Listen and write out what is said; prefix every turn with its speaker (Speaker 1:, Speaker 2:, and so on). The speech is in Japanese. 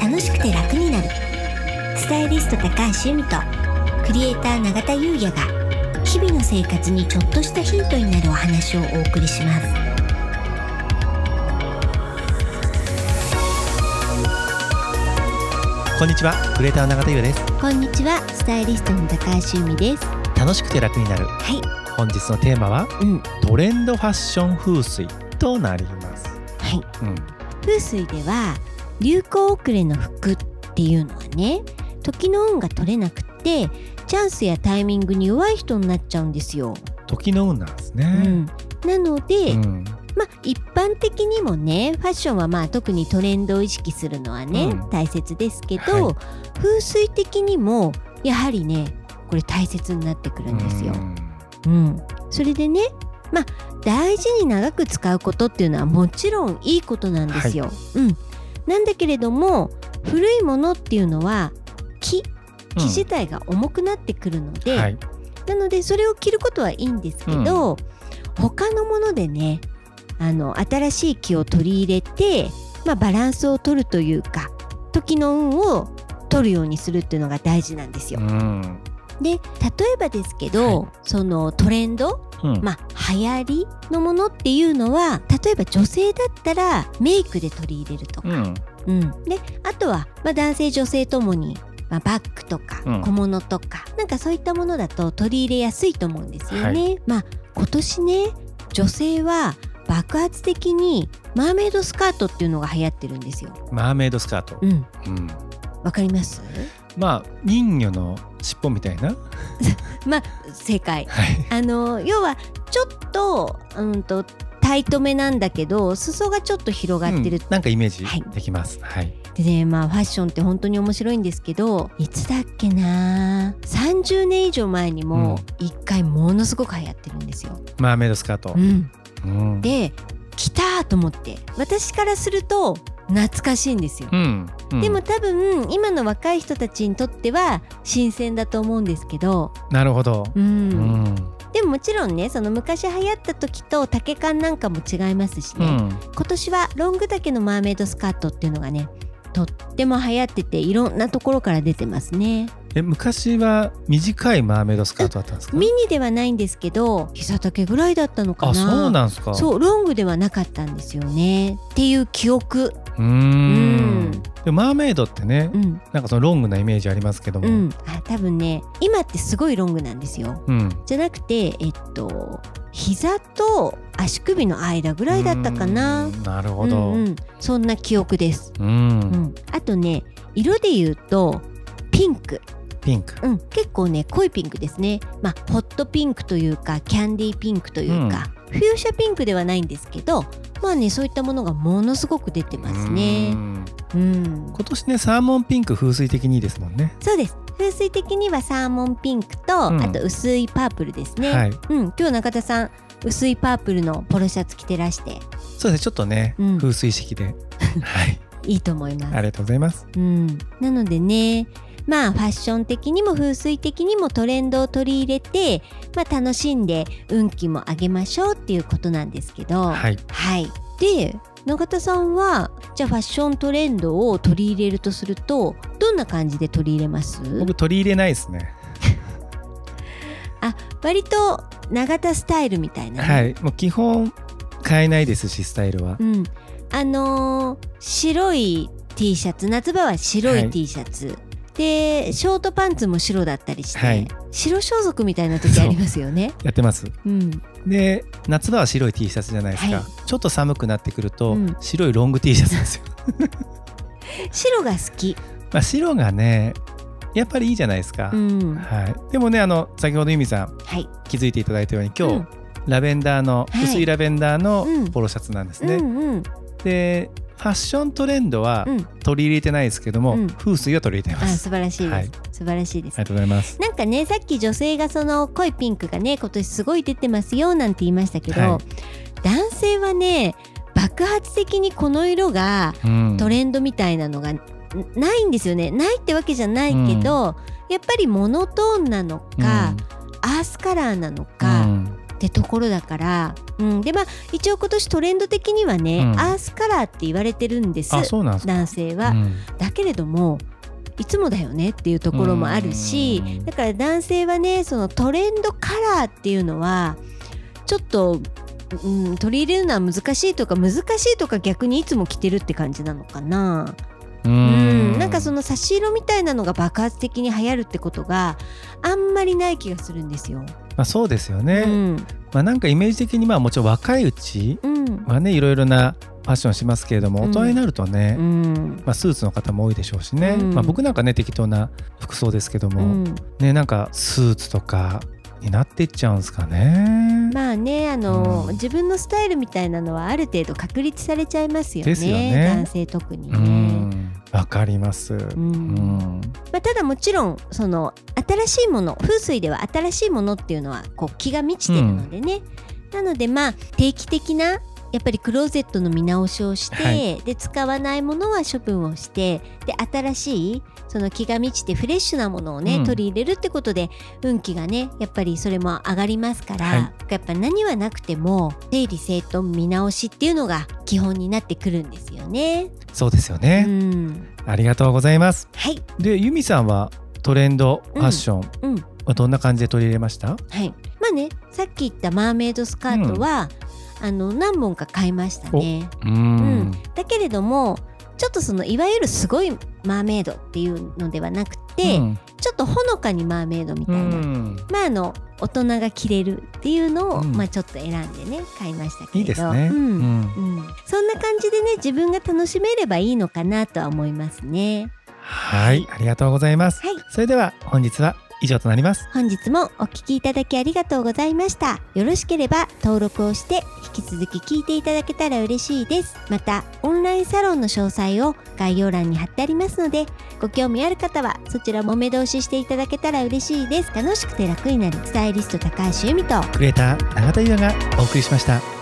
Speaker 1: 楽しくて楽になるスタイリスト高橋由美とクリエイター永田優也が日々の生活にちょっとしたヒントになるお話をお送りします
Speaker 2: こんにちはクレーター永田優です
Speaker 1: こんにちはスタイリストの高橋由美ですは
Speaker 2: 楽しくて楽になる
Speaker 1: い
Speaker 2: 本日のテーマは
Speaker 1: うんは
Speaker 2: トレンドファッション風水となります
Speaker 1: い
Speaker 2: うん
Speaker 1: 風水では流行遅れの服っていうのはね時の運が取れなくってチャンスやタイミングに弱い人になっちゃうんですよ。
Speaker 2: 時の運なんです
Speaker 1: う
Speaker 2: ね
Speaker 1: ん、なので、
Speaker 2: うん
Speaker 1: まあ一般的にもねファッションはまあ特にトレンドを意識するのはね、
Speaker 2: うん
Speaker 1: 大切ですけど、
Speaker 2: はい
Speaker 1: 風水的にもやはりねこれ大切になってくるんですよ
Speaker 2: う。ん
Speaker 1: うん、それでねまあ大事に長く使うことっていうのはもちろんいいことなんですよ。うん、なんだけれども古いものっていうのは木木自体が重くなってくるので、
Speaker 2: はい
Speaker 1: なのでそれを着ることはいいんですけど、他のものでねあの新しい木を取り入れて、まあ、バランスを取るというか時の運を取るようにするっていうのが大事なんですよ
Speaker 2: う。ん
Speaker 1: で例えばですけど、
Speaker 2: は
Speaker 1: そのトレンド
Speaker 2: うん
Speaker 1: まあ、流行りのものっていうのは例えば女性だったらメイクで取り入れるとか、
Speaker 2: うん
Speaker 1: うんであとは、まあ、男性女性ともに、まあ、バッグとか
Speaker 2: うん
Speaker 1: 小物とか、なんかそういったものだと取り入れやすいと思うんですよね。
Speaker 2: は
Speaker 1: まあ、今年ね女性は爆発的にマーメイドスカートっていうのが流行ってるんですよ。
Speaker 2: マーメイドスカート
Speaker 1: うん、
Speaker 2: うん
Speaker 1: わかります
Speaker 2: まあ人魚の尻尾みたいな
Speaker 1: まあ正解
Speaker 2: はい
Speaker 1: あの要はちょっとうんとタイトめなんだけど裾がちょっと広がってる、
Speaker 2: うんなんかイメージ
Speaker 1: はい
Speaker 2: できますはい
Speaker 1: でねまあファッションって本当に面白いんですけどいつだっけな30年以上前にも一回ものすごく流行ってるんですよ。
Speaker 2: マーメイドスカート
Speaker 1: うん
Speaker 2: うん
Speaker 1: で来たーと思って私からすると懐かしいんですよ。
Speaker 2: うんうん
Speaker 1: でも多分今の若い人たちにとっては新鮮だと思うんですけど、
Speaker 2: なるほど
Speaker 1: うん
Speaker 2: うん
Speaker 1: でももちろんねその昔流行った時と丈感なんかも違いますし
Speaker 2: う
Speaker 1: ね、
Speaker 2: ん
Speaker 1: 今年はロング丈のマーメイドスカートっていうのがねとっても流行ってていろんなところから出てますね
Speaker 2: え昔は短いマーメイドスカートだったんですか
Speaker 1: ミニではないんですけど膝丈ぐらいだったのかな
Speaker 2: あそうなんですか
Speaker 1: そうロングではなかったんですよねっていう記憶
Speaker 2: うーん
Speaker 1: うん
Speaker 2: でもマーメイドってね、
Speaker 1: うん
Speaker 2: なんかそのロングなイメージありますけども、
Speaker 1: う、んあ多分ね今ってすごいロングなんですよ
Speaker 2: うん
Speaker 1: じゃなくてえっと膝と足首の間ぐらいだったかな
Speaker 2: うーんなるほ
Speaker 1: う
Speaker 2: どうん、
Speaker 1: うんん、そんな記憶です、う
Speaker 2: うん
Speaker 1: ん、あとね色で言うとピンク
Speaker 2: ピンク
Speaker 1: うん、結構ね濃いピンクですね、まあ、ホットピンクというかキャンディーピンクというか、フューシャピンクではないんですけどまあねそういったものがものすごく出てます
Speaker 2: うー
Speaker 1: ね。
Speaker 2: ん
Speaker 1: うん、
Speaker 2: 今年ねサーモンピンク風水的にいいですもんね
Speaker 1: そうです風水的にはサーモンピンクと、
Speaker 2: うん
Speaker 1: あと薄いパープルですね。
Speaker 2: はい
Speaker 1: うん、今日中田さん薄いパープルのポロシャツ着てらして
Speaker 2: そうですねちょっとね、
Speaker 1: うん
Speaker 2: 風水 式ではい
Speaker 1: いいと思います。
Speaker 2: ありがとうございます
Speaker 1: うん、なのでねまあファッション的にも風水的にもトレンドを取り入れて、まあ、楽しんで運気も上げましょうっていうことなんですけど、はい
Speaker 2: はい
Speaker 1: で永田さんはじゃあファッショントレンドを取り入れるとするとどんな感じで取り入れます
Speaker 2: 僕取り入れないですね
Speaker 1: 割と永田スタイルみたいな、
Speaker 2: はいもう基本変えないですしスタイルは
Speaker 1: うん、あのー白い T シャツ夏場は白
Speaker 2: はいい
Speaker 1: T シャツ、でショートパンツも白だったりして、
Speaker 2: はい
Speaker 1: 白装束みたいな時ありますよね。
Speaker 2: やってます
Speaker 1: うん、
Speaker 2: で夏場は白い T シャツじゃないですか、
Speaker 1: は
Speaker 2: ちょっと寒くなってくると、
Speaker 1: うん
Speaker 2: 白いロング T シャツな んですよ
Speaker 1: 白が好き、
Speaker 2: まあ白がねやっぱりいいじゃないですか、
Speaker 1: うん、は
Speaker 2: はい、でもねあの先ほど由美さん
Speaker 1: い、
Speaker 2: 気づいていただいたように今日、
Speaker 1: うん
Speaker 2: ラベンダーの
Speaker 1: はい
Speaker 2: 薄いラベンダーの
Speaker 1: うん
Speaker 2: ポロシャツなんです
Speaker 1: う
Speaker 2: ね、
Speaker 1: んうん
Speaker 2: でファッショントレンドは
Speaker 1: うん
Speaker 2: 取り入れてないですけども、
Speaker 1: うん
Speaker 2: 風水は取り入れて
Speaker 1: あ
Speaker 2: ます、
Speaker 1: 素晴らしいです、
Speaker 2: はい
Speaker 1: 素晴らしいです
Speaker 2: ありがとうございます
Speaker 1: なんかねさっき女性がその濃いピンクがね今年すごい出てますよなんて言いましたけど、
Speaker 2: は
Speaker 1: 男性はね爆発的にこの色が
Speaker 2: うん
Speaker 1: トレンドみたいなのがんないんですよねないってわけじゃないけど、やっぱりモノトーンなのか、アースカラーなの
Speaker 2: う
Speaker 1: か、
Speaker 2: ん
Speaker 1: ってところだから、うん、でまあ一応今年トレンド的にはね、
Speaker 2: うん
Speaker 1: アースカラーって言われてるんです
Speaker 2: あそうなんですか
Speaker 1: 男性は、
Speaker 2: うん
Speaker 1: だけれどもいつもだよねっていうところもあるし
Speaker 2: うん
Speaker 1: だから男性はねそのトレンドカラーっていうのはちょっと、うん、取り入れるのは難しいとか難しいとか逆にいつも着てるって感じなのかな。
Speaker 2: う
Speaker 1: うん、なんかそ
Speaker 2: の
Speaker 1: の差し色みたいなのが爆発的に流行るってことがあんまりない気がするんですよ。
Speaker 2: まあそうですよね、
Speaker 1: うん
Speaker 2: まあなんかイメージ的にまあもちろん若いうち
Speaker 1: うん
Speaker 2: はねいろいろなファッションしますけれども
Speaker 1: うん
Speaker 2: 大人になるとね、
Speaker 1: うん
Speaker 2: まあ、スーツの方も多いでしょうしね、
Speaker 1: うん
Speaker 2: まあ、僕なんかね適当な服装ですけど
Speaker 1: う
Speaker 2: も、
Speaker 1: ん、
Speaker 2: ねなんかスーツとかになっていっちゃうんですかね。
Speaker 1: まあねあの、
Speaker 2: うん
Speaker 1: 自分のスタイルみたいなのはある程度確立されちゃいますよね
Speaker 2: ですよね
Speaker 1: 男性特に
Speaker 2: う
Speaker 1: ね。
Speaker 2: んわかります。
Speaker 1: うん
Speaker 2: うん
Speaker 1: まあ、ただもちろんその新しいもの風水では新しいものっていうのはこう気が満ちてるのでね、なのでまあ定期的なやっぱりクローゼットの見直しをして、
Speaker 2: はい
Speaker 1: で使わないものは処分をしてで新しいその気が満ちてフレッシュなものをね、
Speaker 2: うん
Speaker 1: 取り入れるってことで運気がねやっぱりそれも上がりますから、
Speaker 2: はい
Speaker 1: やっぱ何はなくても整理整頓見直しっていうのが基本になってくるんですよね。
Speaker 2: そうですよ
Speaker 1: う
Speaker 2: ね、
Speaker 1: ん、
Speaker 2: ありがとうございます。
Speaker 1: はい、
Speaker 2: でユミさんはトレンドファッショ
Speaker 1: う
Speaker 2: ン
Speaker 1: ん
Speaker 2: はどんな感じで取り入れました、
Speaker 1: はい、まあねさっき言ったマーメイドスカートは、あの何本か買いましたね
Speaker 2: うん
Speaker 1: だけれどもちょっとそのいわゆるすごいマーメイドっていうのではなくて、
Speaker 2: うん
Speaker 1: ちょっとほのかにマーメイドみた
Speaker 2: う
Speaker 1: いな、
Speaker 2: ん
Speaker 1: まああの大人が着れるっていうのを、
Speaker 2: うん
Speaker 1: まあちょっと選んでね買いましたけれど
Speaker 2: いいですね。
Speaker 1: う
Speaker 2: うんん
Speaker 1: うんそんな感じでね自分が楽しめればいいのかなとは思いますね
Speaker 2: はい、ありがとうございます。
Speaker 1: はい
Speaker 2: それでは本日は以上となります。
Speaker 1: 本日もお聞きいただきありがとうございましたよろしければ登録をして引き続き聞いていただけたら嬉しいですまたオンラインサロンの詳細を概要欄に貼ってありますのでご興味ある方はそちらも目通ししていただけたら嬉しいです楽しくて楽になるスタイリスト高橋由美と
Speaker 2: クリエイター永田優也がお送りしました。